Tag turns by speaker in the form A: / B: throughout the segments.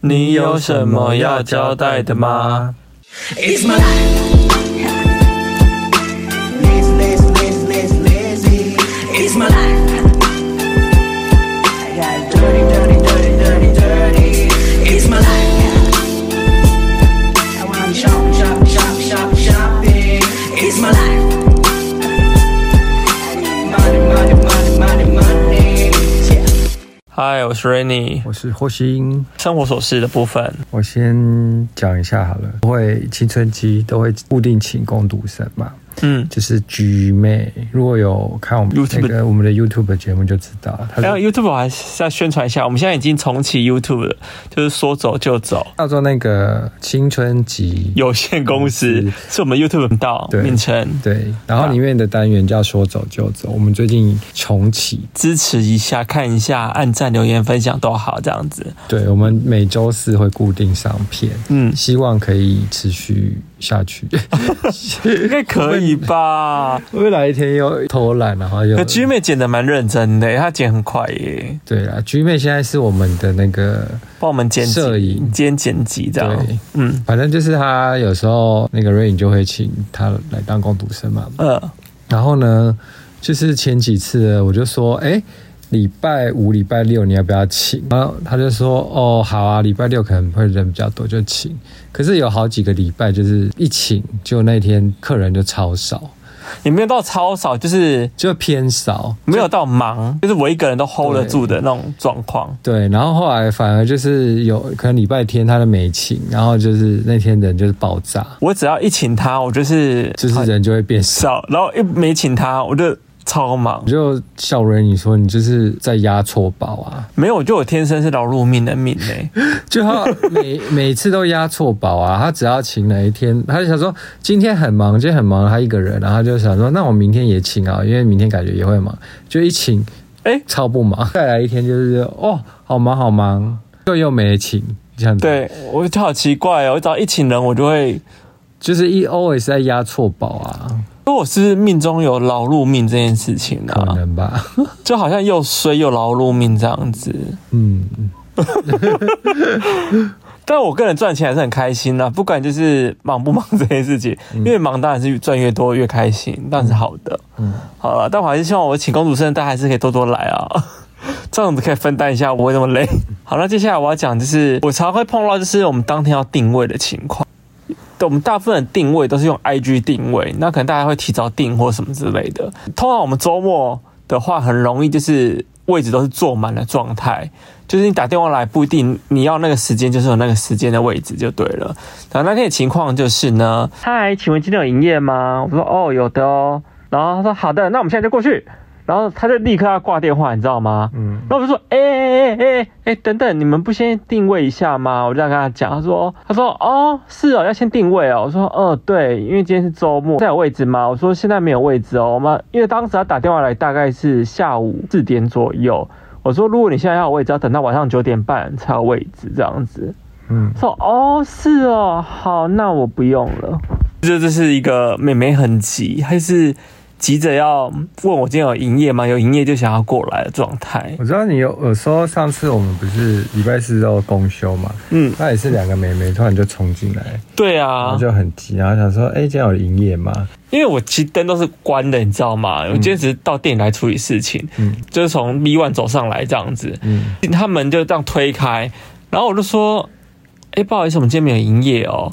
A: 你有什么要交代的吗？
B: It's my life. Lazy, lazy, lazy, lazy, lazy. It's my life. I got dirty, dirty, dirty, dirty, dirty. It's my life. I wanna be shopping, shopping, shopping, shopping, shopping. It's my life. I need money, money, money, money, money. Yeah.
A: 嗨，我是 Rainy。
C: 我是霍星，
A: 生活琐事的部分，
C: 我先讲一下好了。我会青春期都会固定请工读生嘛，
A: 嗯，
C: 就是菊妹。如果有看我们
A: YouTube
C: 那个我们的 YouTube 节目就知道，她
A: 然后
C: 是
A: 哎 YouTube 我还是要宣传一下，我们现在已经重启 YouTube 了，就是说走就走，
C: 叫做那个青春集，
A: 有限公司
C: 嗯
A: 是我们 YouTube 频道
C: 对
A: 名称，
C: 对，然后里面的单元叫说走就走，我们最近重启，
A: 支持一下，看一下，按赞、留言、分享都好，这样子。
C: 对我们每周四会固定上片，
A: 嗯
C: 希望可以持续下 去。
A: 应该可以 吧？
C: 未来一天又偷懒，然后又
A: 可 G 妹剪的蛮认真的，欸她剪很快耶，
C: 对啊，菊妹现在是我们的那个
A: 帮我们剪辑
C: 摄影
A: 兼剪辑这样
C: 对。
A: 嗯
C: 反正就是他有时候那个瑞颖就会请他来当工读生嘛。
A: 呃，
C: 然后呢，就是前几次我就说，哎、礼拜五、礼拜六你要不要请？然后他就说，哦，好啊，礼拜六可能会人比较多，就请。可是有好几个礼拜就是一请，就那天客人就超少，
A: 也没有到超少，就是
C: 就偏少。
A: 没有到忙，就是我一个人都 hold 得住的那种状况。
C: 对，然后后来反而就是有可能礼拜天他都没请，然后就是那天人就是爆炸，
A: 我只要一请他，我就是
C: 就是人就会变少。
A: 少，然后一没请他，我就超忙
C: 我。就笑人，你说你就是在压错宝 啊！
A: 没有，我就我天生是劳碌命的命呢、
C: 就他每每次都压错宝啊！他只要请哪一天，他就想说今天很忙，今天很忙，他一个人，然后啊他就想说那我明天也请啊，因为明天感觉也会忙，就一请，
A: 诶
C: 超不 忙。再来一天就是哦，好忙好忙，又又没请，这样子。，
A: 对我就好奇怪哦，我只要一请人，我就会，
C: 就是一 always 在压错宝啊，
A: 因为我是命中有劳碌命这件事情
C: 可
A: 啊，
C: 能 吧？
A: 就好像又衰又劳碌命这样子。
C: 嗯，
A: 但我个人赚钱还是很开心啦、啊不管就是忙不忙这件事情，越忙当然是赚越多越开心，当然是好的。嗯，好了，但我还是希望我请公主生，大家还是可以多多来啊， 这样子可以分担一下我会那么累。好，那接下来我要讲就是我常会碰到就是我们当天要定位的情况。对，我们大部分的定位都是用 IG 定位，那可能大家会提早订或什么之类的。通常我们周末的话，很容易就是位置都是坐满的状态，就是你打电话来不一定你要那个时间，就是有那个时间的位置就对了。然后那天的情况就是呢，嗨，请问今天有营业吗？我说哦，有的哦。然后他说好的，那我们现在就过去。然后他就立刻要挂电话，你知道吗？嗯。那我就说，哎哎哎哎哎，等等，你们不先定位一下吗？我就这样跟他讲，他说，他说，哦，是哦，要先定位哦。我说，嗯、对，因为今天是周末，现在有位置吗？我说现在没有位置哦，我们因为当时他打电话来大概是下午四点左右，我说如果你现在要有位置，要等到晚上九点半才有位置这样子。
C: 嗯，
A: 说哦是哦，好，那我不用了。这这是一个妹妹很急，还是急着要问我今天有营业吗？有营业就想要过来的状态。
C: 我知道你有有时候上次我们不是礼拜四都公休嘛，
A: 嗯，
C: 那也是两个妹妹突然就冲进来。
A: 对
C: 然
A: 啊
C: 后，就很急，然后想说，哎、今天有营业吗？
A: 因为我其实灯都是关的，你知道吗？我今天只是到店里来处理事情，
C: 嗯
A: 就是从 B one 走上来这样子，
C: 嗯，
A: 他们就这样推开，然后我就说：“哎、不好意思，我们今天没有营业哦。”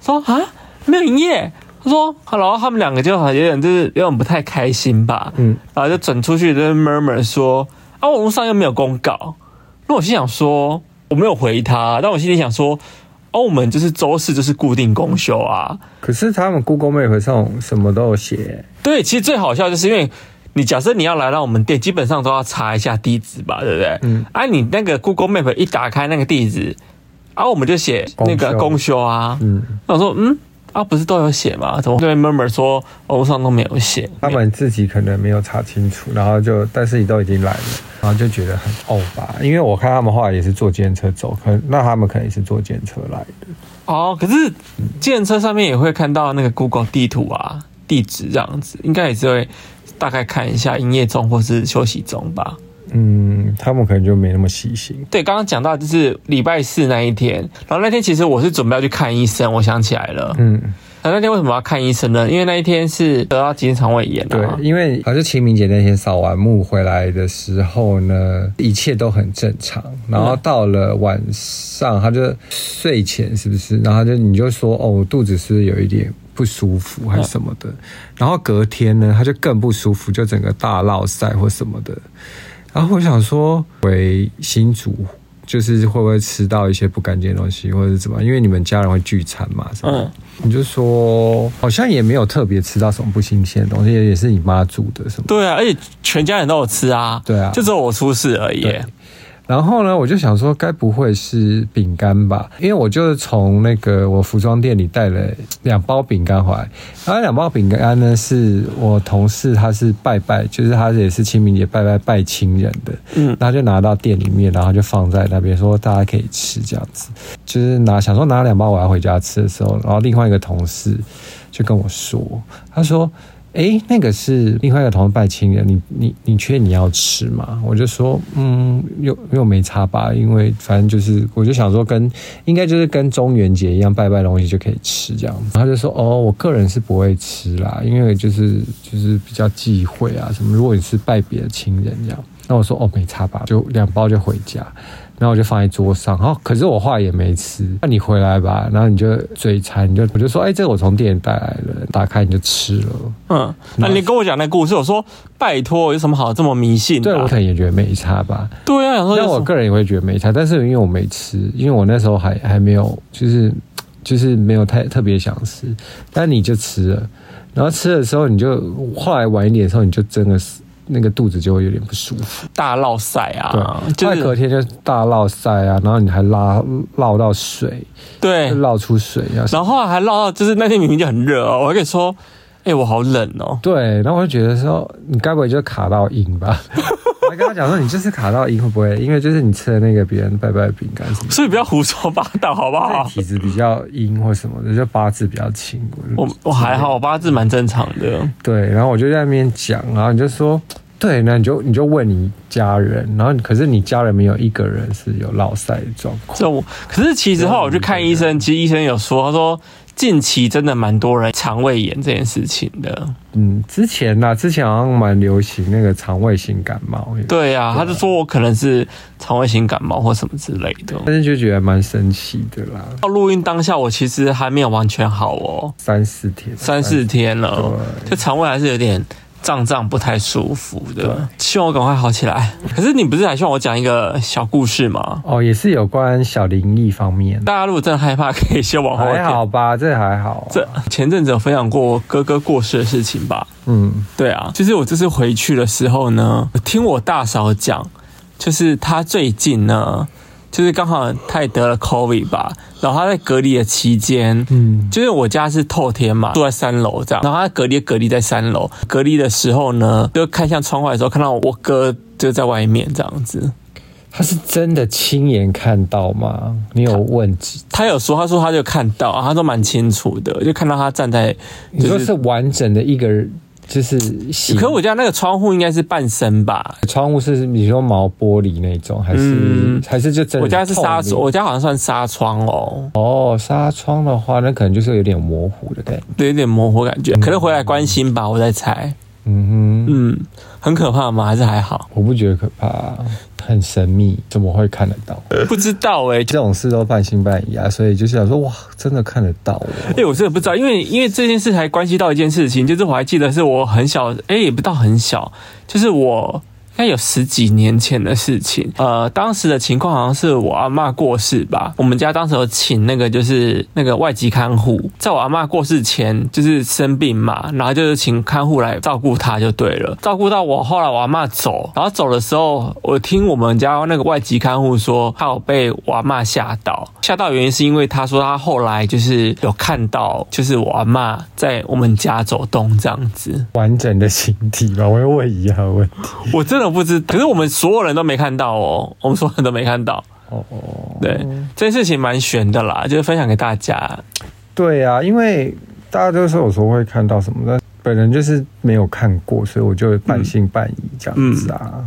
A: 说啊，没有营业。他说：“好。”然后他们两个就好像有点就是有点不太开心吧，
C: 嗯，
A: 然后就转出去就是 murmur 说：“啊，网络上又没有公告。”那我心想说，我没有回他，但我心里想说，哦，我们就是周四就是固定公休啊。
C: 可是他们 Google Map 上什么都有写，
A: 对，其实最好笑就是因为你假设你要来到我们店，基本上都要查一下地址吧，对不对？
C: 嗯。
A: 啊，你那个 Google Map 一打开那个地址，啊，我们就写那个公
C: 公
A: 休啊。
C: 嗯，
A: 那我说，嗯，啊，不是都有写吗？怎么对 murmur 说网络上都没有写？
C: 他们自己可能没有查清楚，然后就，但是你都已经来了，然后就觉得很哦吧，因为我看他们后来也是坐电车走，可那他们可能也是坐电车来的，
A: 哦，可是计程车上面也会看到那个 Google 地图啊，地址这样子，应该也是会大概看一下营业中或是休息中吧。
C: 嗯，他们可能就没那么细心。
A: 对，刚刚讲到就是礼拜四那一天，然后那天其实我是准备要去看医生，我想起来了。
C: 嗯，
A: 那那天为什么要看医生呢？因为那一天是得到急性肠胃炎
C: 对
A: 啊，。
C: 因为好像清明节那天扫完墓回来的时候呢，一切都很正常。然后到了晚上，他就睡前是不是？然后他就你就说哦，我肚子是不是有一点不舒服还是什么的？然后隔天呢，他就更不舒服，就整个大落晒或什么的。然后我想说，回新竹就是会不会吃到一些不干净的东西，或者是怎么样？因为你们家人会聚餐嘛，什么的？
A: 嗯
C: 你就说好像也没有特别吃到什么不新鲜的东西，也是你妈煮的什么的。
A: 对啊，而且全家人都有吃啊，
C: 对啊
A: 就只有我出事而已。
C: 然后呢，我就想说，该不会是饼干吧？因为我就是从那个我服装店里带了两包饼干回来，然后两包饼干呢，是我同事他是拜拜，就是他也是清明节拜拜拜亲人的，嗯，他就拿到店里面，然后就放在那边说大家可以吃这样子，就是拿想说拿两包我要回家吃的时候，然后另外一个同事就跟我说，他说。诶，那个是另外一个同事拜亲人，你你你确定你要吃吗？我就说，嗯，又又没差吧，因为反正就是，我就想说跟应该就是跟中元节一样拜拜的东西就可以吃这样子。他就说，哦，我个人是不会吃啦，因为就是就是比较忌讳啊什么。如果你是拜别的亲人这样，那我说哦没差吧，就两包就回家，然后我就放在桌上。然后可是我话也没吃，那你回来吧，然后你就嘴馋，你就我就说，哎，这个我从店里带来的，打开你就吃了。
A: 嗯，那你跟我讲那故事，我说拜托，有什么好这么迷信
C: 对
A: 的、
C: 我
A: 啊？
C: 可能也觉得没差吧，
A: 对啊，想说有
C: 但
A: 什
C: 我
A: 么
C: 个人也会觉得没差，但是因为我没吃，因为我那时候还还没有，就是就是没有太特别想吃，但你就吃了，然后吃的时候你就后来晚一点的时候你就真的是那个肚子就会有点不舒服。
A: 大落赛啊，
C: 对，
A: 就
C: 后来隔
A: 是
C: 天就大落塞啊，然后你还拉落到水，
A: 对
C: 就，落出水啊。
A: 哎然后还落到就是那天明明就很热哦，我还跟你说，哎、我好冷哦。
C: 对，然后我就觉得说，你该不会就卡到音吧？ 我还跟他讲说，你就是卡到音会不会？因为就是你吃的那个别人拜拜的饼干什么的。
A: 所以不要胡说八道，好不好？
C: 体质比较阴或什么的，就八字比较轻。
A: 我我还好，我八字蛮正常的。
C: 对，然后我就在那边讲，然后你就说，对，那你就你就问你家人，然后可是你家人没有一个人是有落塞的状况。
A: 这我可是其实后来我去看医生，其实医生有说，他说近期真的蛮多人肠胃炎这件事情的。
C: 嗯，之前呐、之前好像蛮流行那个肠胃型感冒，，
A: 对呀、他就说我可能是肠胃型感冒或什么之类的。
C: 但是就觉得蛮神奇的啦，
A: 到录音当下，我其实还没有完全好哦，
C: 三四天，
A: 三四天了，
C: 对
A: 就肠胃还是有点胀胀，不太舒服的。希望我赶快好起来。可是你不是还希望我讲一个小故事吗？
C: 哦，也是有关小灵异方面，
A: 大家如果真的害怕，可以先往后
C: 还
A: 跳。
C: 好吧，这还好、啊，
A: 这前阵子有分享过我哥哥过世的事情吧？
C: 嗯
A: 对啊，就是我这次回去的时候呢，我听我大嫂讲，就是她最近呢，就是刚好她也得了 COVID 吧，然后她在隔离的期间，
C: 嗯
A: 就是我家是透天嘛，住在三楼这样，然后她隔离隔离在三楼，隔离的时候呢，就看向窗外的时候，看到我哥就在外面这样子，
C: 他是真的亲眼看到吗？你有问几
A: 他有说，他说他就看到，啊、他都蛮清楚的，就看到他站在，
C: 你说
A: 就是
C: 完整的一个人，就是形
A: 可我家那个窗户应该是半身吧，
C: 窗户是你说毛玻璃那种，还是、
A: 嗯
C: 还是就真的
A: 我家是纱窗，
C: 窗
A: 我家好像算纱窗哦，
C: 哦，纱窗的话，那可能就是有点模糊的感觉。
A: 对，有点模糊感觉，可能回来关心吧，我在猜。
C: 嗯哼，
A: 嗯，很可怕吗？还是还好？
C: 我不觉得可怕，很神秘，怎么会看得到？
A: 不知道哎、
C: 这种事都半信半疑啊，所以就是想说，哇，真的看得到哦。
A: 哎、我真的不知道，因为因为这件事还关系到一件事情，就是我还记得是我很小，哎、也不到很小，就是我应该有十几年前的事情。呃，当时的情况好像是我阿嬷过世吧，我们家当时有请那个就是那个外籍看护，在我阿嬷过世前就是生病嘛，然后就是请看护来照顾她就对了，照顾到我后来我阿嬷走，然后走的时候，我听我们家那个外籍看护说，她有被我阿嬷吓到，吓到原因是因为她说她后来就是有看到就是我阿嬷在我们家走动这样子，
C: 完整的形体吧，我会问一样的问题。
A: 我真的不知道，可是我们所有人都没看到哦，我们所有人都没看到。
C: 哦哦，
A: 对，这件事情蛮悬的啦，就是分享给大家。
C: 对啊，因为大家都说有时候会看到什么，但本人就是没有看过，所以我就半信半疑这样子啊。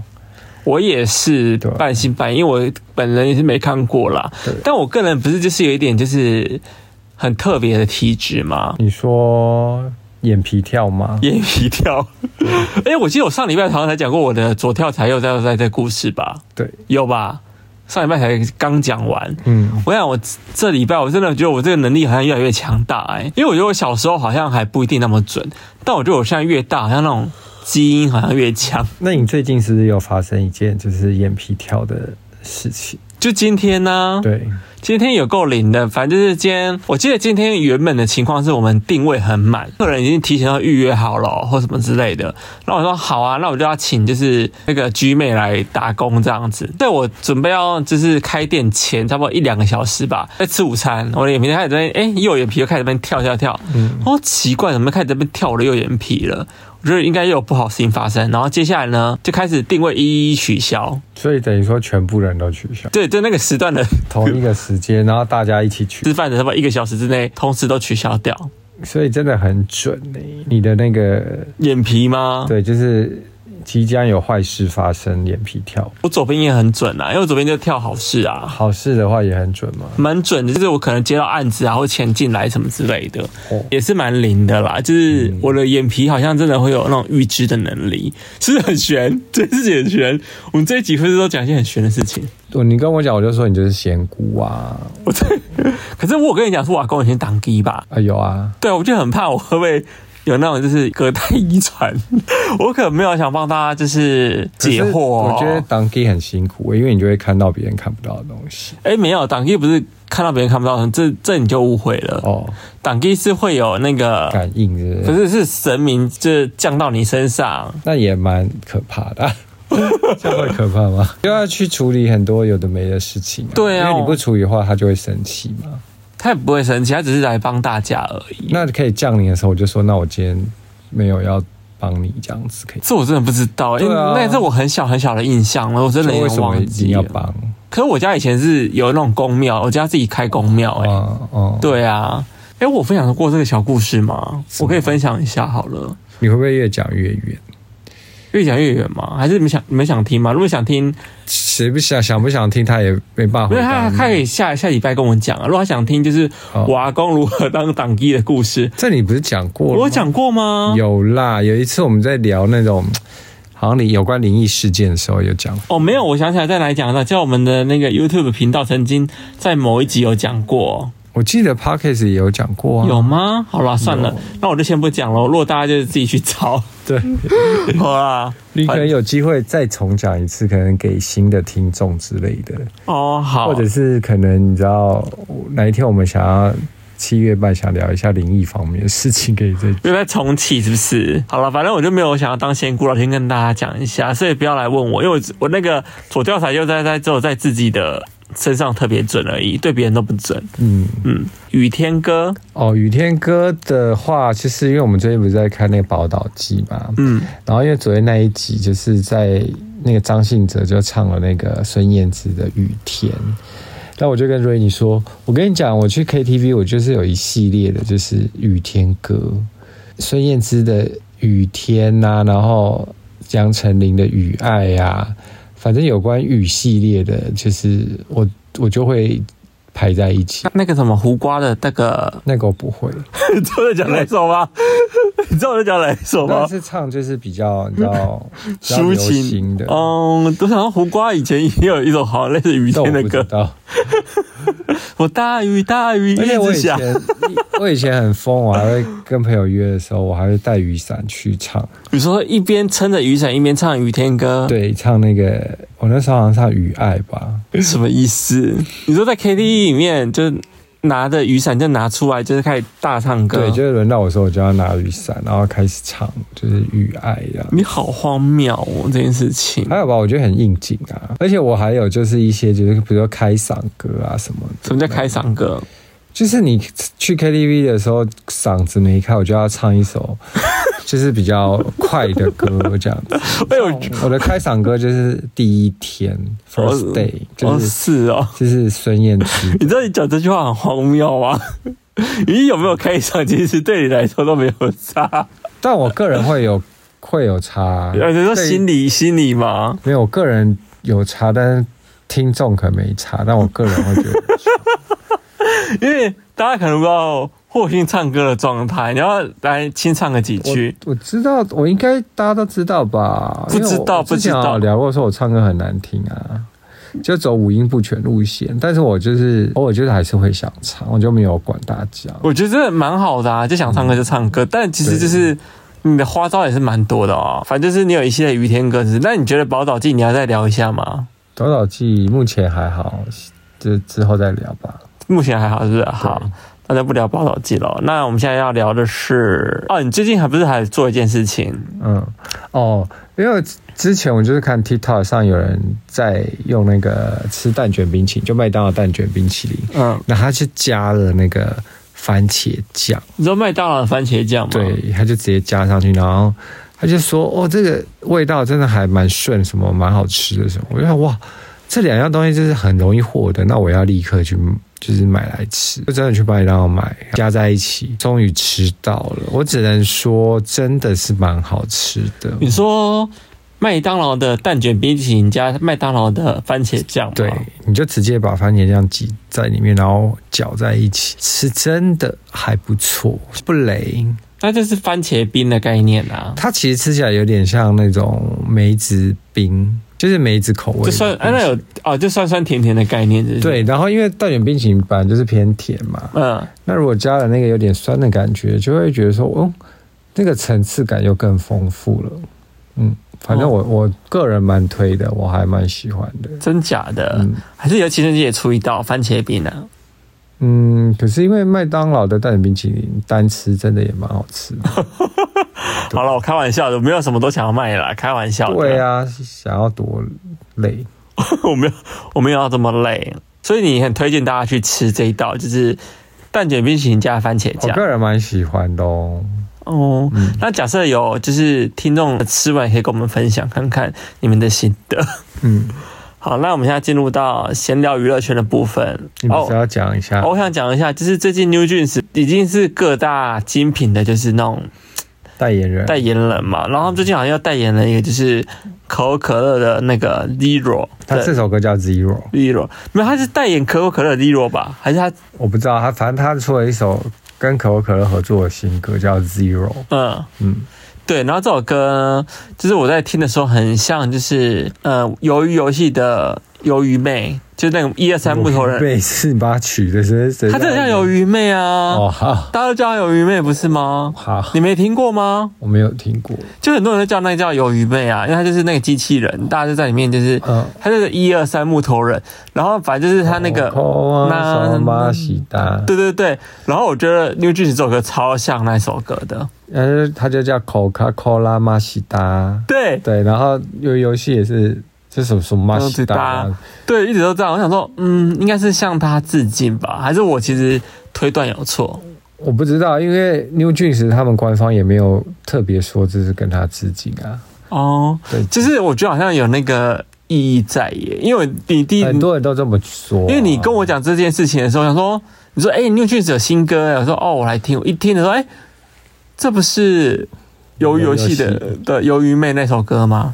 A: 我也是
C: 对啊
A: 半信半疑，因为我本人也是没看过啦
C: 对。
A: 但我个人不是就是有一点就是很特别的体质嘛，
C: 你说眼皮跳吗？
A: 眼皮跳。
C: 嗯
A: 哎、我记得我上礼拜好像才讲过我的左跳才右跳在这故事吧？
C: 对，
A: 有吧？上礼拜才刚讲完。
C: 嗯，
A: 我想我这礼拜我真的觉得我这个能力好像越来越强大哎、因为我觉得我小时候好像还不一定那么准，但我觉得我现在越大，好像那种基因好像越强。
C: 那你最近是不是有发生一件就是眼皮跳的事情？
A: 就今天呢、
C: 对，
A: 今天有够灵的，反正就是今天，我记得今天原本的情况是我们定位很满，客人已经提前要预约好了或什么之类的。那我说好啊，那我就要请就是那个居妹来打工这样子。在我准备要就是开店前差不多一两个小时吧，在吃午餐，我的眼皮开始在那边，哎、右眼皮又开始在那边跳跳跳，
C: 嗯
A: 哦，奇怪，怎么开始在那边跳我的右眼皮了？我觉得应该又有不好的事情发生。然后接下来呢，就开始定位一一取消，
C: 所以等于说全部人都取消，
A: 对，就那个时段的。
C: 同一个时间，然后大家一起取，
A: 吃饭的他妈一个小时之内同时都取消掉。
C: 所以真的很准呢、你的那个
A: 眼皮吗？，
C: 对，就是即将有坏事发生，眼皮跳。
A: 我左边也很准啊，因为我左边就跳好事啊，
C: 好事的话也很准嘛。
A: 蛮准的。就是我可能接到案子啊，或钱进来什么之类的，
C: 哦嗯
A: 也是蛮灵的啦。就是我的眼皮好像真的会有那种预知的能力，是不是很玄，这件事情很玄。我们这一集会不会都讲一些很玄的事情？
C: 我哦你跟我讲，我就说你就是仙姑啊，
A: 我这，可是我有跟你讲，说我阿公以前当机吧，
C: 啊有啊，
A: 对，我就很怕我会不会有那种就是隔代遗传， 我可没有想帮大家就是解惑哦、
C: 可是我觉得当 gay 很辛苦、因为你就会看到别人看不到的东西。
A: 哎，没有，党 K 不是看到别人看不到，这这你就误会了。
C: 哦，
A: 党 K 是会有那个，
C: 感应是不
A: 可
C: 是，
A: 是是神明就是降到你身上，
C: 那也蛮可怕的、 这样会可怕吗？ 就要去处理很多有的没的事情、
A: 对啊
C: 因为你不处理的话，他就会生气嘛。
A: 他也不会生气，他只是来帮大家而已。
C: 那可以降临的时候，我就说，那我今天没有要帮你这样子，可以。
A: 这我真的不知道，因为
C: 对啊
A: 那是我很小很小的印象了，我真的
C: 说
A: 有
C: 为什
A: 点
C: 么
A: 忘
C: 一定
A: 记
C: 要
A: 了。
C: 帮？
A: 可是我家以前是有那种公庙，我家自己开公庙、哎、
C: 哦哦，
A: 对啊。哎，我分享过这个小故事吗？我可以分享一下好了。
C: 你会不会越讲越远？
A: 越讲越远吗？还是你们想你们想听吗？如果想听，
C: 谁不想想不想听，他也没办法
A: 没有，
C: 回答
A: 他
C: 你。
A: 他可以下下礼拜跟我讲啊。如果他想听，就是
C: 哦
A: 我阿公如何当党医的故事，
C: 这你不是讲过了吗
A: 我有讲啊过吗？
C: 有啦，有一次我们在聊那种好像你有关灵异事件的时候有讲，
A: 哦，没有，我想起来在哪里讲到，叫我们的那个 YouTube 频道曾经在某一集有讲过，
C: 我记得 Pockets 也有讲过啊。
A: 有吗？好啦，算了，那我就先不讲了。如果大家就是自己去找，
C: 对，
A: 好啦，
C: 你可能有机会再重讲一次，可能给新的听众之类的，
A: 哦，好
C: 或，者是可能你知道哪一天我们想要七月半想聊一下灵异方面的事情，可以再
A: 又在重启是不是？好了，反正我就没有想要当仙姑了，先跟大家讲一下，所以不要来问我，因为我我那个左调查右在在只有在自己的身上特别准而已，对别人都不准。
C: 嗯
A: 嗯，雨天哥，
C: 哦。雨天哥的话，就是因为我们最近不是在看那个宝岛记嘛，
A: 嗯，
C: 然后因为昨天那一集就是在那个张信哲就唱了那个孙燕姿的《雨天》，那我就跟瑞妮说，我跟你讲，我去 KTV 我就是有一系列的就是雨天歌，孙燕姿的《雨天》呐，然后杨丞琳的《雨爱》呀，反正有关雨系列的，就是我我就会排在一起。
A: 那个什么胡瓜的那 个，
C: 那个我不会，
A: 你知道我在讲哪一首吗？你知道我在讲哪一首
C: 但
A: 吗？
C: 是唱就是比较你 知道比较
A: 抒
C: 流行
A: 情
C: 的，
A: 嗯，都想到胡瓜以前也有一首好像类似雨
C: 但
A: 天
C: 我
A: 的
C: 不知
A: 歌，
C: 道。
A: 我大雨大雨 一
C: 而且我
A: 直
C: 以
A: 下，
C: 前，我以前很疯，我还会跟朋友约的时候，我还会带雨伞去唱，
A: 你说一边撑着雨伞一边唱雨天歌，
C: 对，唱那个我那时候好像唱《雨爱》吧，
A: 什么意思？你说在 KTV 里面就拿着雨伞就拿出来，就是开始大唱歌，
C: 对，就是轮到我的时候，我就要拿雨伞，然后开始唱，就是《雨爱》这样。
A: 你好荒谬哦这件事情。
C: 还有吧，我觉得很应景啊，而且我还有就是一些就是比如说开嗓歌啊什么的，
A: 什么叫开嗓歌？
C: 就是你去 KTV 的时候嗓子没开，我就要唱 一首就是比较快的歌这样子。
A: 哎呦，
C: 我的开嗓歌就是第一天 first day，
A: 哦
C: 就是
A: 是哦，。
C: 就是孙燕姿
A: 你知道你讲这句话很荒谬啊 吗？你有没有开嗓，其实对你来说都没有差。
C: 但我个人会有会有差。
A: 有哎人说心
C: 理
A: 理心理嘛，
C: 没有，我个人有差，但是听众可能没差，但我个人会觉得有差。
A: 因为大家可能不知道霍信唱歌的状态，你要来清唱个几句。
C: 我我知道，我应该大家都知道吧？
A: 不知道
C: 因为我之前
A: 不知道
C: 有聊过，说我唱歌很难听啊，就走五音不全路线。但是我就是偶尔就是还是会想唱，我就没有管大家。
A: 我觉得真的蛮好的啊，就想唱歌就唱
C: 嗯
A: 歌，但其实就是你的花招也是蛮多的哦。反正就是你有一系列于天歌词，那你觉得宝岛记你要再聊一下吗？
C: 多少季目前还好，就之后再聊吧。
A: 目前还好，是不是？好，那就不聊宝岛记了。那我们现在要聊的是，哦，你最近还不是还做一件事情？
C: 嗯，哦，因为之前我就是看 TikTok 上有人在用那个吃蛋卷冰淇淋，就麦当劳蛋卷冰淇淋，
A: 嗯，
C: 那他是加了那个番茄酱。
A: 你知道麦当劳的番茄酱吗？
C: 对，他就直接加上去，然后他就说：“哦，这个味道真的还蛮顺，什么蛮好吃的什么。”我就想哇，这两样东西就是很容易获得，那我要立刻去就是买来吃，就真的去麦当劳买，加在一起，终于吃到了。我只能说，真的是蛮好吃的。
A: 你说麦当劳的蛋卷冰淇淋加麦当劳的番茄酱吗？
C: 对，你就直接把番茄酱挤在里面，然后搅在一起，是真的还不错，不雷。
A: 那就是番茄冰的概念啊。
C: 它其实吃起来有点像那种梅子冰，就是梅子口味
A: 就
C: 的。
A: 酸，哎、那有哦，就酸酸甜甜的概念，就是
C: 对，，然后因为蛋卷冰淇淋本来就是偏甜嘛，
A: 嗯，
C: 那如果加了那个有点酸的感觉，就会觉得说，哦，那个层次感又更丰富了。嗯，反
A: 哦
C: 正我、我个人蛮推的，我还蛮喜欢的。
A: 真假的，
C: 嗯
A: 还是有情人节也出一道番茄冰啊？
C: 嗯，可是因为麦当劳的蛋卷冰淇淋单吃真的也蛮好吃的。
A: 好了，我开玩笑的，我没有什么都想要卖啦，开玩笑的。
C: 对，啊，想要多累。
A: 我没有，我没有要这么累，所以你很推荐大家去吃这一道，就是蛋卷冰淇淋加番茄
C: 我
A: 酱。
C: 个人蛮喜欢的哦。
A: 哦，
C: 嗯
A: 那假设有就是听众呃吃完，可以跟我们分享看看你们的心得。
C: 嗯，
A: 好，那我们现在进入到闲聊娱乐圈的部分。哦
C: 你不是要讲一下？
A: 我想讲一下，就是最近 New Jeans 已经是各大精品的，就是那种
C: 代言人
A: 代言人嘛。然后他们最近好像要代言了一个，就是可口可乐的那个 Zero
C: 他这
A: 的
C: 首歌叫 Zero，
A: Zero，没有，他是代言可口可乐的 Zero 吧？还是他
C: 我不知道他，反正他出了一首跟可口可乐合作的新歌叫 Zero。
A: 嗯？
C: 嗯，
A: 对，然后这首歌就是我在听的时候，很像就是呃，鱿鱼游戏的鱿鱼妹，就是那种一二三木头人，
C: 贝是你把它取的，谁谁？
A: 她真的像鱿鱼妹啊，
C: 哦，好，
A: 大家都叫她鱿鱼妹不是吗？
C: 好，
A: 你没听过吗？
C: 我没有听过。
A: 就很多人都叫那个叫鱿鱼妹啊，因为她就是那个机器人，大家就在里面就是，
C: 嗯
A: 她就是一二三木头人，然后反正就是她那个，
C: 哦
A: 那
C: 那马西达，
A: 对对对，然后我觉得 New Jeans 这首歌超像那首歌的，
C: 呃，他就叫 Coca Cola 马西达。
A: 对
C: 对，然后有游戏也是，这什么什么马
A: 嗯
C: 西达
A: 马西，对，一直都这样。我想说，嗯，应该是向她致敬吧，还是我其实推断有错？
C: 我不知道，因为 New Jeans 他们官方也没有特别说这是跟他致敬啊。
A: 哦，
C: 对，
A: 就是我觉得好像有那个意义在耶，因为你第一，
C: 很多人都这么说、啊
A: 因为你跟我讲这件事情的时候，我想说，你说哎、欸、，New Jeans 有新歌欸，我说哦，我来听。我一听的时候，哎、这不是鱿鱼游戏的
C: 鱿鱼游
A: 的鱿鱼妹那首歌吗？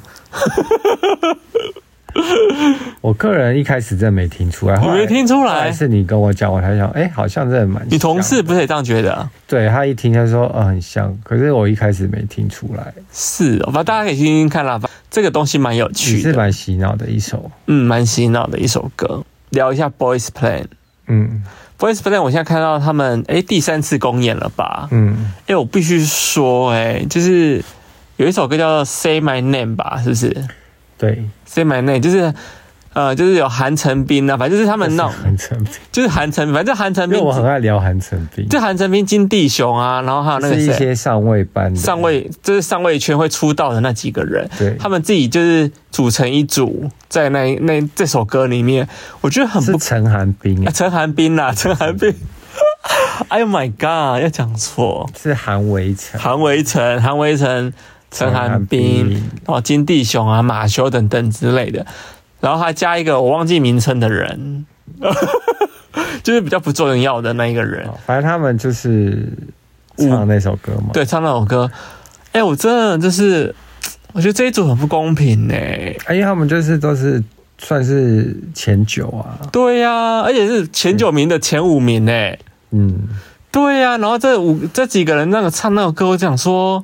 C: 我个人一开始真的没听出来，后来
A: 你没听出来
C: 后是你跟我讲，我才想，哎、好像真的蛮像。
A: 你同事不是也这样觉得？啊
C: 对他一听他说，呃，很像，可是我一开始没听出来，
A: 是哦，反正大家可以听听看啦，反这个东西蛮有
C: 也
A: 趣
C: 是
A: 的，
C: 蛮洗脑的一首。
A: 嗯，蛮洗脑的一首歌。聊一下 Boys Plan。
C: 嗯
A: Boys Plan，我现在看到他们哎、第三次公演了吧？
C: 嗯，
A: 哎、我必须说哎、就是有一首歌叫《Say My Name》吧，是不是？
C: 对，
A: Say My Name，就是呃，就是有韩成斌啊，反正就是他们那 种，
C: 韩成斌，
A: 就是韩成，反正韩成
C: 因
A: 斌
C: 为，我很爱聊韩成斌，
A: 就韩成斌、金弟雄啊，然后还有那
C: 是
A: 个
C: 一
A: 谁，
C: 些上位班的
A: 上，位就是上位圈会出道的那几个人，
C: 对，
A: 他们自己就是组成一组，在那那这首歌里面，我觉得很
C: 是
A: 不
C: 陈寒冰哎
A: 啊，， 陈寒冰啦，陈寒冰。哎呦 my god！要讲错，
C: 是韩维成，
A: 韩维成、韩维成、陈寒
C: 陈寒
A: 冰
C: 冰、
A: 哦金弟雄啊、马修等等之类的，然后还加一个我忘记名称的人， 就是比较不重要的那一个人
C: 哦，反正他们就是唱那首歌嘛。
A: 对，唱那首歌。哎、我真的就是我觉得这一组很不公平呢、
C: 哎，因为他们就是都是算是前九啊，
A: 对呀、而且是前九名的前五名呢、
C: 嗯，
A: 对呀、然后这五这几个人那个唱那个歌，我想说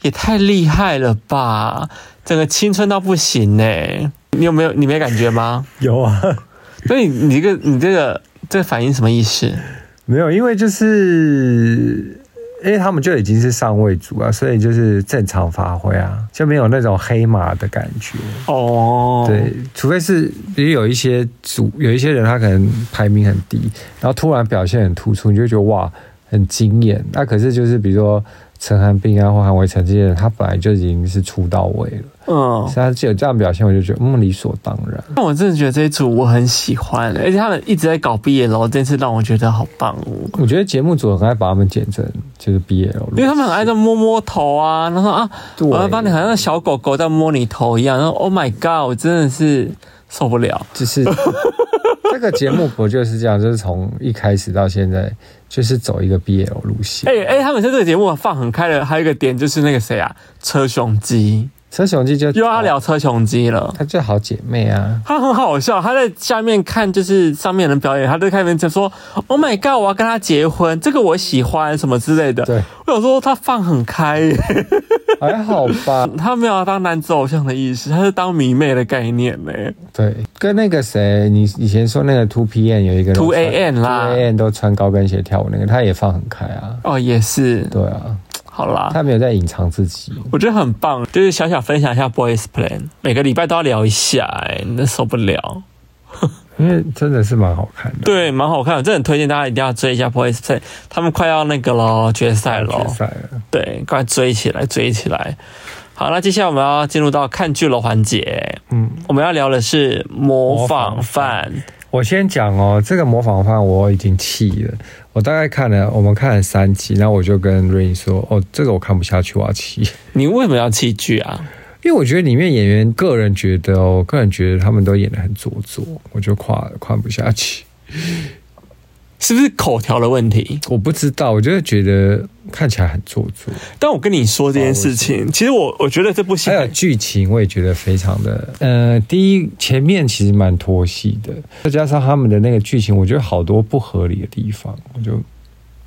A: 也太厉害了吧，整个青春到不行呢、你有没有你没感觉吗？
C: 有啊，
A: 所以你你这个你这个这个反应什么意思？
C: 没有，因为就是。因为他们就已经是上位组啊，所以就是正常发挥啊，就没有那种黑马的感觉。
A: 哦，
C: 对，除非是比如有一些组有一些人他可能排名很低，然后突然表现很突出，你就会觉得哇很惊艳。那、可是就是比如说陈寒冰啊或韩维辰这些人，他本来就已经是出到位了，
A: 嗯
C: 所以，他就有这样表现，我就觉得嗯理所当然。
A: 但我真的觉得这一组我很喜欢，而且他们一直在搞毕业楼，这次让我觉得好棒哦。
C: 我觉得节目组很爱把他们剪成就是 BL，路
A: 因为他们很爱在摸摸头啊，然后说啊，
C: 对
A: 我要帮你，好像小狗狗在摸你头一样。然后 Oh my God，我真的是受不了。
C: 就是 这个节目不就是这样，就是从一开始到现在就是走一个 BL 路线。
A: 哎、哎、他们在这个节目放很开的，还有一个点就是那个谁啊，车雄鸡
C: 车雄记就
A: 又要聊车雄鸡了。
C: 她就好姐妹啊，
A: 他很好笑，他在下面看就是上面人表演，他在看面就说：“Oh my god，我要跟他结婚，这个我喜欢什么之类的。”
C: 对，
A: 我想说他放很开耶，
C: 还好吧。
A: 他没有要当男子偶像的意思，他是当迷妹的概念呢。
C: 对，跟那个谁，你以前说那个 Two PM 有一个
A: 2 AM 啦
C: Two AM 都穿高跟鞋跳舞那个，他也放很开啊。
A: 哦，也是，
C: 对啊，
A: 好啦，
C: 他没有在隐藏自己。
A: 我觉得很棒，就是小小分享一下 Boys Plan，每个礼拜都要聊一下、哎，那受不了。
C: 因为真的是蛮好看的。
A: 对，蛮好看的，真的很推荐大家一定要追一下 Boys Plan，他们快要那个咯，决赛
C: 决
A: 咯，
C: 赛了，
A: 对，快追起来，追起来。好，那接下来我们要进入到看剧了环节，
C: 嗯，
A: 我们要聊的是模仿犯，
C: 我先讲哦，这个模仿犯我已经弃了，我大概看了，我们看了三集，然后我就跟瑞 a 说，哦，这个我看不下去，我要弃，
A: 你为什么要弃剧啊？
C: 因为我觉得里面演员个人觉得哦，个人觉得他们都演得很做作，我就跨跨不下去。
A: 是不是口条的问题？
C: 我不知道，我就是觉得看起来很做作。
A: 但我跟你说这件事情，其实哦我我觉得这部戏
C: 还有剧情，我也觉得非常的，呃，第一前面其实蛮拖戏的，再加上他们的那个剧情，我觉得好多不合理的地方，我就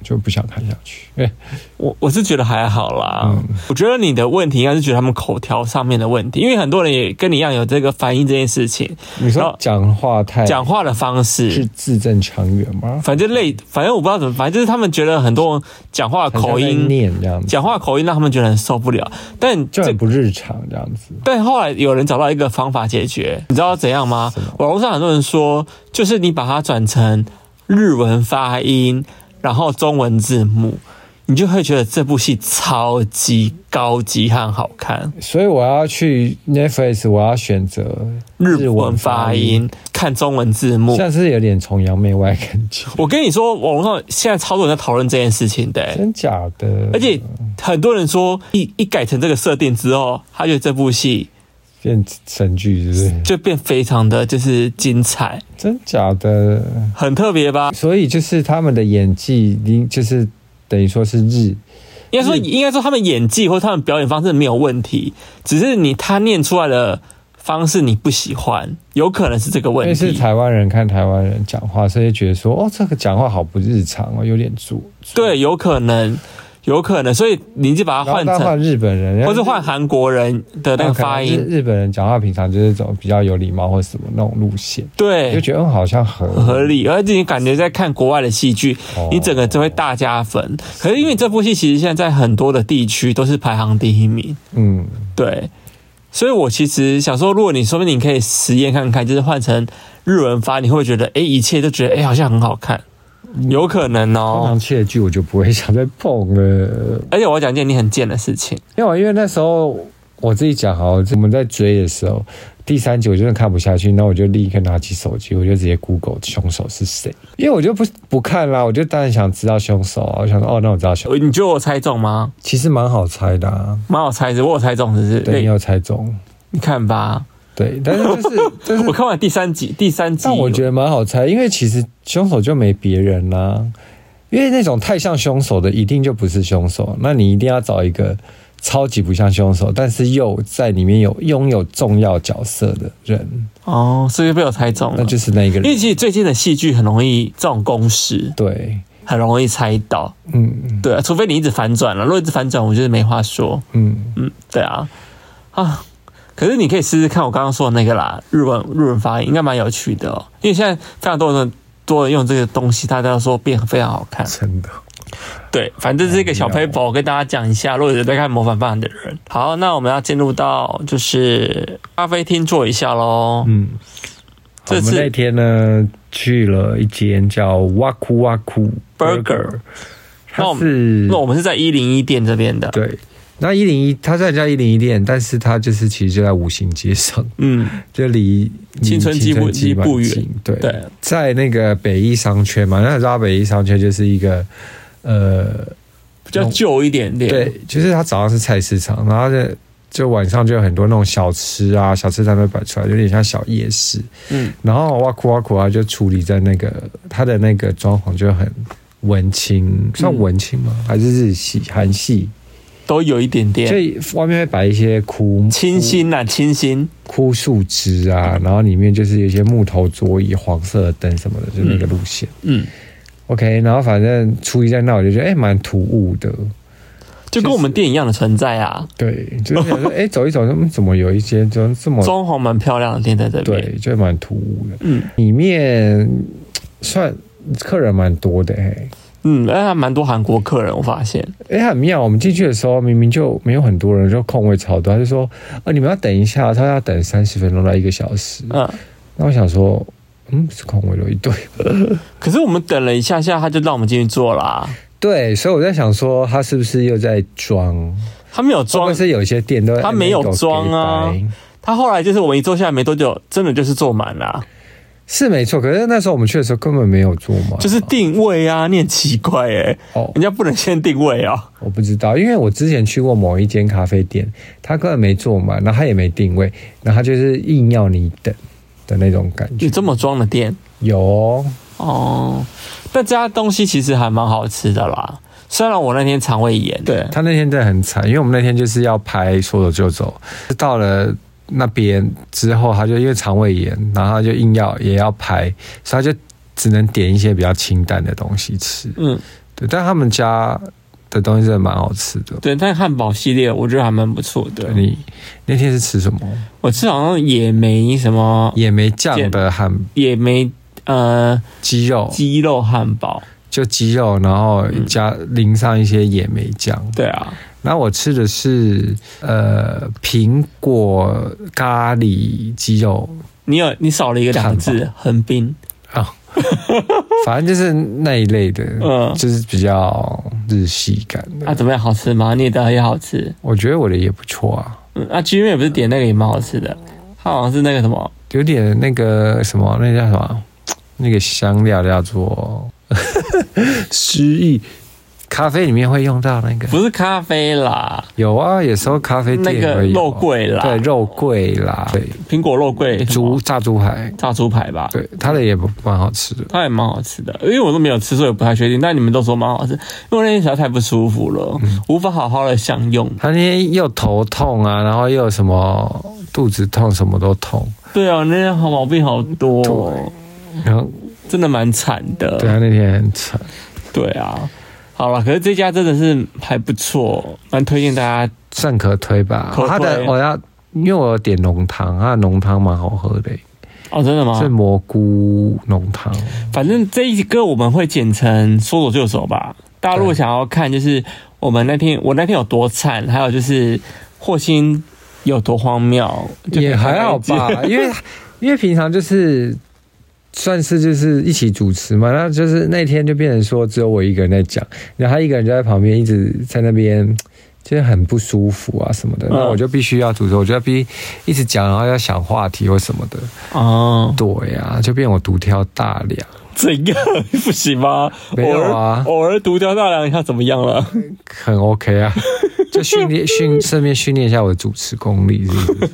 C: 就不想看下去。哎、
A: 我我是觉得还好啦，
C: 嗯
A: 我觉得你的问题应该是觉得他们口条上面的问题，因为很多人也跟你一样有这个反应这件事情，
C: 你
A: 然
C: 说
A: 后
C: 讲话太
A: 讲话的方
C: 哎是
A: 式，
C: 字正腔圆吗？
A: 反正类，反正我不知道怎么，反正就是他们觉得很多人讲话的口
C: 很像在
A: 音，
C: 念这样子，
A: 讲话口音让他们觉得很受不了。但
C: 就
A: 这
C: 很不日常这样子。
A: 但后来有人找到一个方法解决，你知道怎样吗
C: 什么？
A: 网络上很多人说，就是你把它转成日文发音，然后中文字幕，你就会觉得这部戏超级高级和好看。
C: 所以我要去 Netflix，我要选择
A: 日文发，音，看中文字幕。
C: 像是有点崇洋媚外的感 觉，
A: 我跟你说，网络上现在超多人在讨论这件事情的、欸
C: 真假的？
A: 而且很多人说一一改成这个设定之后，他觉得这部戏
C: 变神剧是不是？
A: 就变非常的就是精彩，
C: 真假的？
A: 很特别吧？
C: 所以就是他们的演技，你就是等于说是日，
A: 应该说，
C: 日
A: 应该说他们演技或他们表演方式没有问题，只是你他念出来的方式你不喜欢，有可能是这个
C: 因
A: 问
C: 为
A: 题。
C: 是台湾人看台湾人讲话，所以觉得说哦，这个讲话好不日常哦，有点做作。
A: 对，有可能，有可能，所以你就把它
C: 然后
A: 换
C: 再换
A: 成，
C: 日本人，
A: 或是换韩国人的那个发
C: 可能
A: 音，
C: 日日本人讲话平常就是走比较有礼貌或什么那种路线，
A: 对，
C: 就觉得嗯好像很
A: 合理，而且你感觉在看国外的戏剧
C: 哦，
A: 你整个就会大加分。可是因为这部戏其实现在在很多的地区都是排行第一名，
C: 嗯，
A: 对。所以我其实想说，如果你说不定你可以实验看看，就是换成日文发，你会不会觉得，哎、一切都觉得，哎、好像很好看，
C: 嗯
A: 有可能
C: 通
A: 哦。
C: 常去的剧我就不会想再碰了。
A: 而且我要讲一件你很贱的事情，
C: 因为因为嗯哦那时候我自己讲好，我们在追的时候，第三集我真的看不下去，那我就立刻拿起手机，我就直接 Google 凶手是谁，因为我就不不看啦，我就当然想知道凶手啊，我想说哦，那我知道凶，
A: 你觉得我猜中吗？
C: 其实蛮好猜的、啊，
A: 蛮好猜的，我有猜中，是不是？
C: 对，你
A: 哎
C: 有猜中，
A: 你看吧，
C: 对，但是就是就是
A: 我，看完第三集，第三集，
C: 但我觉
A: 得
C: 得蛮好猜，因为其实凶手就没别人啦、因为那种太像凶手的，一定就不是凶手，那你一定要找一个超级不像凶手，但是又在里面有拥有重要角色的人，
A: 哦，所以被我猜中了
C: 那。就是那个
A: 因为
C: 人。
A: 其实最近的戏剧很容易这种公式，
C: 对，
A: 很容易猜到。
C: 嗯
A: 对啊，除非你一直反转了，如果一直反转，我觉得没话说。
C: 嗯，
A: 嗯，对啊，啊，可是你可以试试看我刚刚说的那个啦，日文日文发音应该蛮有趣的哦，因为现在非常多人多人用这个东西，大家说变得非常好看。
C: 真的。
A: 对，反正这是一个小
C: 哎呦
A: paper，我跟大家讲一下，如果有在看《模仿犯》的人，好，那我们要进入到就是咖啡厅坐一下喽。
C: 嗯，
A: 这
C: 我
A: 次
C: 们那天呢去了一间叫哇酷哇酷
A: Burger 那我
C: 它
A: 们
C: 是
A: 那我们是在一零一店这边的，
C: 对。那一零一，它虽然叫一零一店，但是它就是其实就在五行街上，
A: 嗯，
C: 就离离
A: 青春期不
C: 期蛮
A: 不远
C: 近对
A: 对
C: 在那个北一商圈嘛，那你知道北一商圈就是一个呃，
A: 比较旧一点点，
C: 对，就是它早上是菜市场，然后就就晚上就有很多那种小吃啊，小吃摊会摆出来，有点像小夜市。
A: 嗯，
C: 然后哇酷哇酷啊，就处理在那个它的那个装潢就很文青，
A: 嗯
C: 算文青吗？还是日系、韩系？
A: 都有一点
C: 所
A: 点
C: 以外面会摆一些枯
A: 清新呐、清新，
C: 枯树枝啊，
A: 嗯
C: 然后里面就是有一些木头桌椅、黄色的灯什么的，就那个路线。
A: 嗯，
C: OK，然后反正初一在那，我就觉得哎，蛮、突兀的。
A: 就跟我们店一样的存在啊。
C: 对，就是想说，哎、走一走，嗯怎么有一间就这么
A: 装潢蛮漂亮的店在这边，
C: 对，就蛮突兀的。
A: 嗯
C: 里面算客人蛮多的、欸，
A: 嗯，哎，还蛮多韩国客人，我发现，
C: 哎、很妙。我们进去的时候明明就没有很多人，就空位超多，他就说，啊，你们要等一下，他要等三十分钟到一个小时。
A: 嗯，
C: 那我想说，嗯，是空位有一堆。
A: 可是我们等了一下下，他就让我们进去坐啦、
C: 对，所以我在想说，他是不是又在装？
A: 他没有
C: 装
A: 装，
C: 是有一些店都在
A: 他没有装啊
C: 那边给掰
A: 他后来就是我们一坐下来没多久，真的就是坐满啦、
C: 是没错。可是那时候我们去的时候根本没有坐嘛，
A: 就是定位啊，你很奇怪哎、
C: 哦
A: 人家不能先定位啊，
C: 我不知道，因为我之前去过某一间咖啡店，他根本没坐满，然后他也没定位，然后他就是硬要你等的那种感
A: 有
C: 觉。
A: 这么装的店
C: 有哦，
A: 哦。但这家东西其实还蛮好吃的啦，虽然我那天肠胃炎，对
C: 他那天真的很惨，因为我们那天就是要拍《说走就走》，到了那边之后，他就因为肠胃炎，然后他就硬要也要拍，所以他就只能点一些比较清淡的东西吃。
A: 嗯，
C: 对，但他们家的东西真的蛮好吃的。
A: 对，但汉堡系列我觉得还蛮不错的。
C: 你那天是吃什么？
A: 我吃好像也没什么，
C: 也没酱的汉
A: 也没呃
C: 鸡肉，
A: 鸡肉汉堡，
C: 就鸡肉，然后加淋上一些野莓酱。
A: 对啊，
C: 然后我吃的是呃苹果咖喱鸡肉
A: 你有你少了一个两个字，横滨，
C: 啊， 反正就是那一类的，
A: 嗯
C: 就是比较日系感的。
A: 啊，怎么样？好吃吗？你的也好吃，我
C: 我觉得我的也不错啊，
A: 嗯，啊，G 妹不是点那个也蛮好吃的，它好像是那个什么，
C: 有点那个什么，那叫什么？那个香料叫做 失忆，咖啡里面会用到那个。
A: 不是咖啡啦，
C: 有啊，有时候咖啡店
A: 那个
C: 会有啊
A: 肉桂啦
C: 对肉桂啦，对
A: 苹果肉桂什么
C: 猪炸猪排，
A: 炸猪排吧，
C: 对，它的也不蛮好吃的。
A: 它也蛮好吃的，因为我都没有吃，所以我不太确定。但你们都说蛮好吃，因为我那天实在太不舒服了，
C: 嗯
A: 无法好好的享用。
C: 它那天又头痛啊，然后又什么肚子痛，什么都痛。
A: 对啊，那天好毛病好多哦，
C: 然后
A: 真的蛮惨的。
C: 对他啊那天很惨。
A: 对啊，好了，可是这家真的是还不错，蛮推荐大家。
C: 算可推吧。
A: 可推
C: 它的我要，因为我有点浓汤，它的浓汤蛮好喝的、
A: 哦，真的吗
C: 是？蘑菇浓汤。
A: 反正这一个我们会剪成说走就走吧。大家如果想要看，就是我们那天我那天有多惨，还有就是霍星有多荒谬，就可以
C: 也还好
A: 看到一集。
C: 吧， 因 为因为平常就是算是就是一起主持嘛，那就是那天就变成说只有我一个人在讲，然后他一个人就在旁边一直在那边。就是很不舒服啊什么的，
A: 嗯
C: 那我就必须要主持，我就要必一直讲，然后要想话题或什么的。
A: 哦，
C: 对呀、就变我独挑大梁。
A: 怎样 不行吗？
C: 没有啊
A: 偶尔偶尔独挑大梁一下怎么样了？
C: 很 OK 啊，就训练训顺便训练一下我的主持功力，是不是？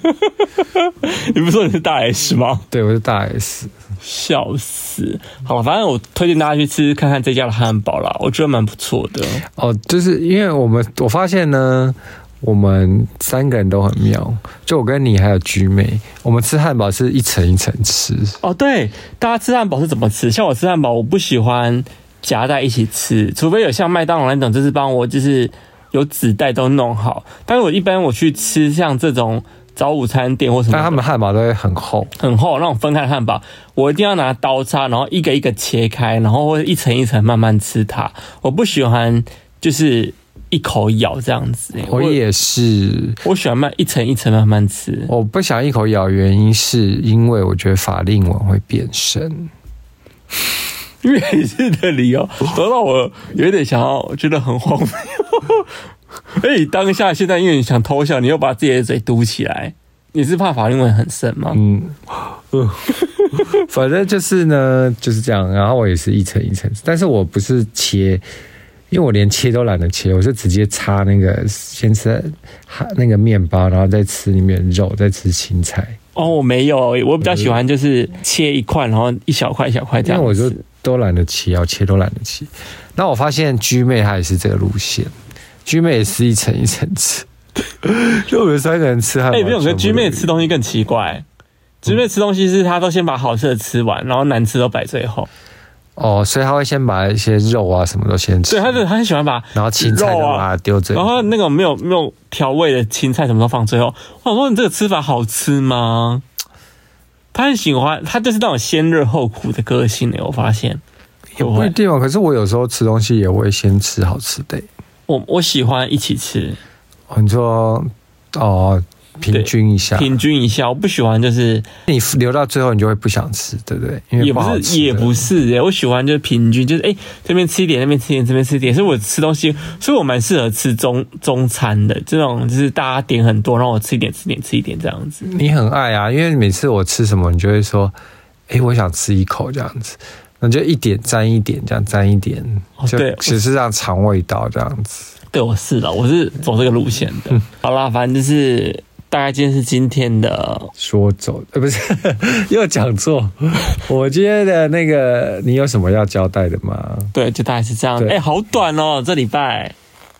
A: 你不是说你是大 S 吗？
C: 对，我是大 S，
A: 笑死！好了，反正我推荐大家去吃吃看看这家的汉堡啦，我觉得蛮不错的。
C: 哦，就是因为我们我发现呢，我们三个人都很妙，就我跟你还有菊妹，我们吃汉堡是一层一层吃，
A: 哦，对，大家吃汉堡是怎么吃？像我吃汉堡，我不喜欢夹在一起吃，除非有像麦当劳那种，就是帮我就是有纸袋都弄好。但是我一般我去吃像这种早午餐店或什么
C: 但
A: 的，
C: 他们汉堡都会很厚，
A: 很厚那种分开的汉堡，我一定要拿刀叉，然后一个一个切开，然后或者一层一层慢慢吃它。我不喜欢就是一口咬这样子、
C: 我也是。
A: 我喜欢慢一层一层慢慢吃。
C: 我不想一口咬，原因是因为我觉得法令纹会变深。
A: 因为你是的理由，得到我有点想要，觉得很荒谬。 而且当下现在因为你想偷笑，你又把自己的嘴嘟起来，你是怕法令纹很深吗？
C: 嗯， 呃反正就是呢，就是这样。然后我也是一层一层，但是我不是切，因为我连切都懒得切，我是直接插那个先吃哈那个面包，然后再吃里面的肉，再吃青菜。
A: 哦，我没有，我比较喜欢就是切一块，然后一小块一小块这
C: 因为
A: 样
C: 我就
A: 子。
C: 都懒得切，要切都懒得切。那我发现居妹她也是这个路线，居妹也是一层一层吃。 就我们三个人吃汉堡，
A: 哎，没有，我觉得
C: 居
A: 居妹吃东西更奇怪。居妹吃东西是她都先把好吃的吃完，然后难吃都摆最后。
C: 哦，所以他会先把一些肉啊什么都先吃，
A: 对，她是她很喜欢把
C: 然后青菜都
A: 肉啊
C: 把它丢这里，
A: 然后那个没有没有调味的青菜什么都放最后。我想说你这个吃法好吃吗？他很喜欢，他就是那种先热后苦的个性欸诶，我发现。
C: 也不一定哦。可是我有时候吃东西也会先吃好吃的、
A: 我我喜欢一起吃，
C: 哦你说哦，平均一下，
A: 平均一下。我不喜欢就是
C: 你留到最后你就会不想吃，对不对？因为
A: 也不
C: 好
A: 是
C: 吃
A: 也
C: 的
A: 不是诶，我喜欢就是平均，就是诶这边吃一点，那边吃一点，这边吃一点。所以我吃东西，所以我蛮适合吃中中餐的这种，就是大家点很多，然后我吃一点吃一点吃一点这样子。
C: 你很爱啊，因为每次我吃什么，你就会说，哎、我想吃一口这样子，那就一点沾一点，这样沾一点，
A: 哦
C: 就
A: 对
C: 只是让肠胃道这样子。
A: 对，我是的，我是走这个路线
C: 嗯
A: 的。好啦，反正就是大概今天是今天的，
C: 说走，呃，不是， 又讲错。我今天的那个，你有什么要交代的吗？
A: 对，就大概是这样。
C: 对
A: 哎、好短哦，这礼拜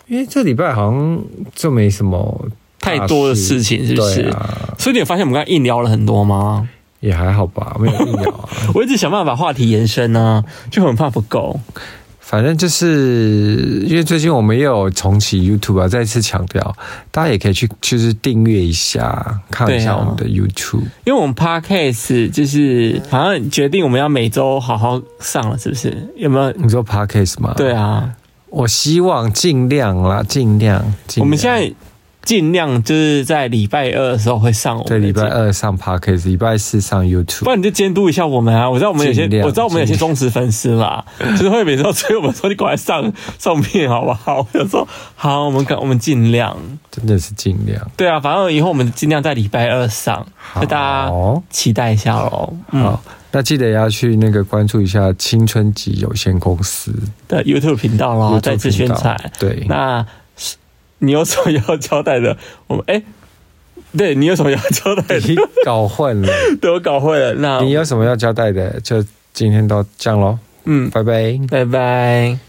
C: 因为这礼拜好像就没什么大
A: 太多的事情是不是
C: 对啊，
A: 所以你有发现我们刚刚硬聊了很多吗？
C: 也还好吧，没有硬聊啊。
A: 我一直想办法把话题延伸呢、就很怕不够。
C: 反正就是因为最近我们也有重启 YouTube 啊，再次强调，大家也可以去就是订阅一下，看一
A: 对
C: 下
A: 啊
C: 我们的 YouTube。
A: 因为我们 podcast 就是好像决定我们要每周好好上了，是不是？有没有？
C: 你说 Podcast 吗？
A: 对，啊，
C: 我希望尽量啦，尽量。尽
A: 我
C: 量
A: 们现在尽量就是在礼拜二的时候会上我们
C: 对
A: 的
C: 礼
A: 节
C: 拜
A: 目
C: 二上 Podcast，礼拜四上
A: 不
C: YouTube。
A: 然你就监督一下我们啊！我知道我们有些
C: 尽，量
A: 我知道我们有些
C: 尽
A: 忠实粉丝 啦，就是会每次都催我们说你赶快上上片好不好？我就说好，我们赶我们尽量。
C: 真的是尽量。
A: 对啊，反正以后我们尽量在礼拜二上，
C: 好
A: 就大家期待一下喽。嗯
C: 好，那记得要去那个关注一下青春集有限公司
A: 的 YouTube 频道喽，
C: YouTube
A: 哦再次宣传。
C: 频道对，
A: 那你有什么要交代的？我们哎、对你有什么要交代的？
C: 你 搞混了。
A: 对我搞混了。那
C: 你有什么要交代的？就今天到这样喽，
A: 嗯，
C: 拜拜。
A: 拜拜。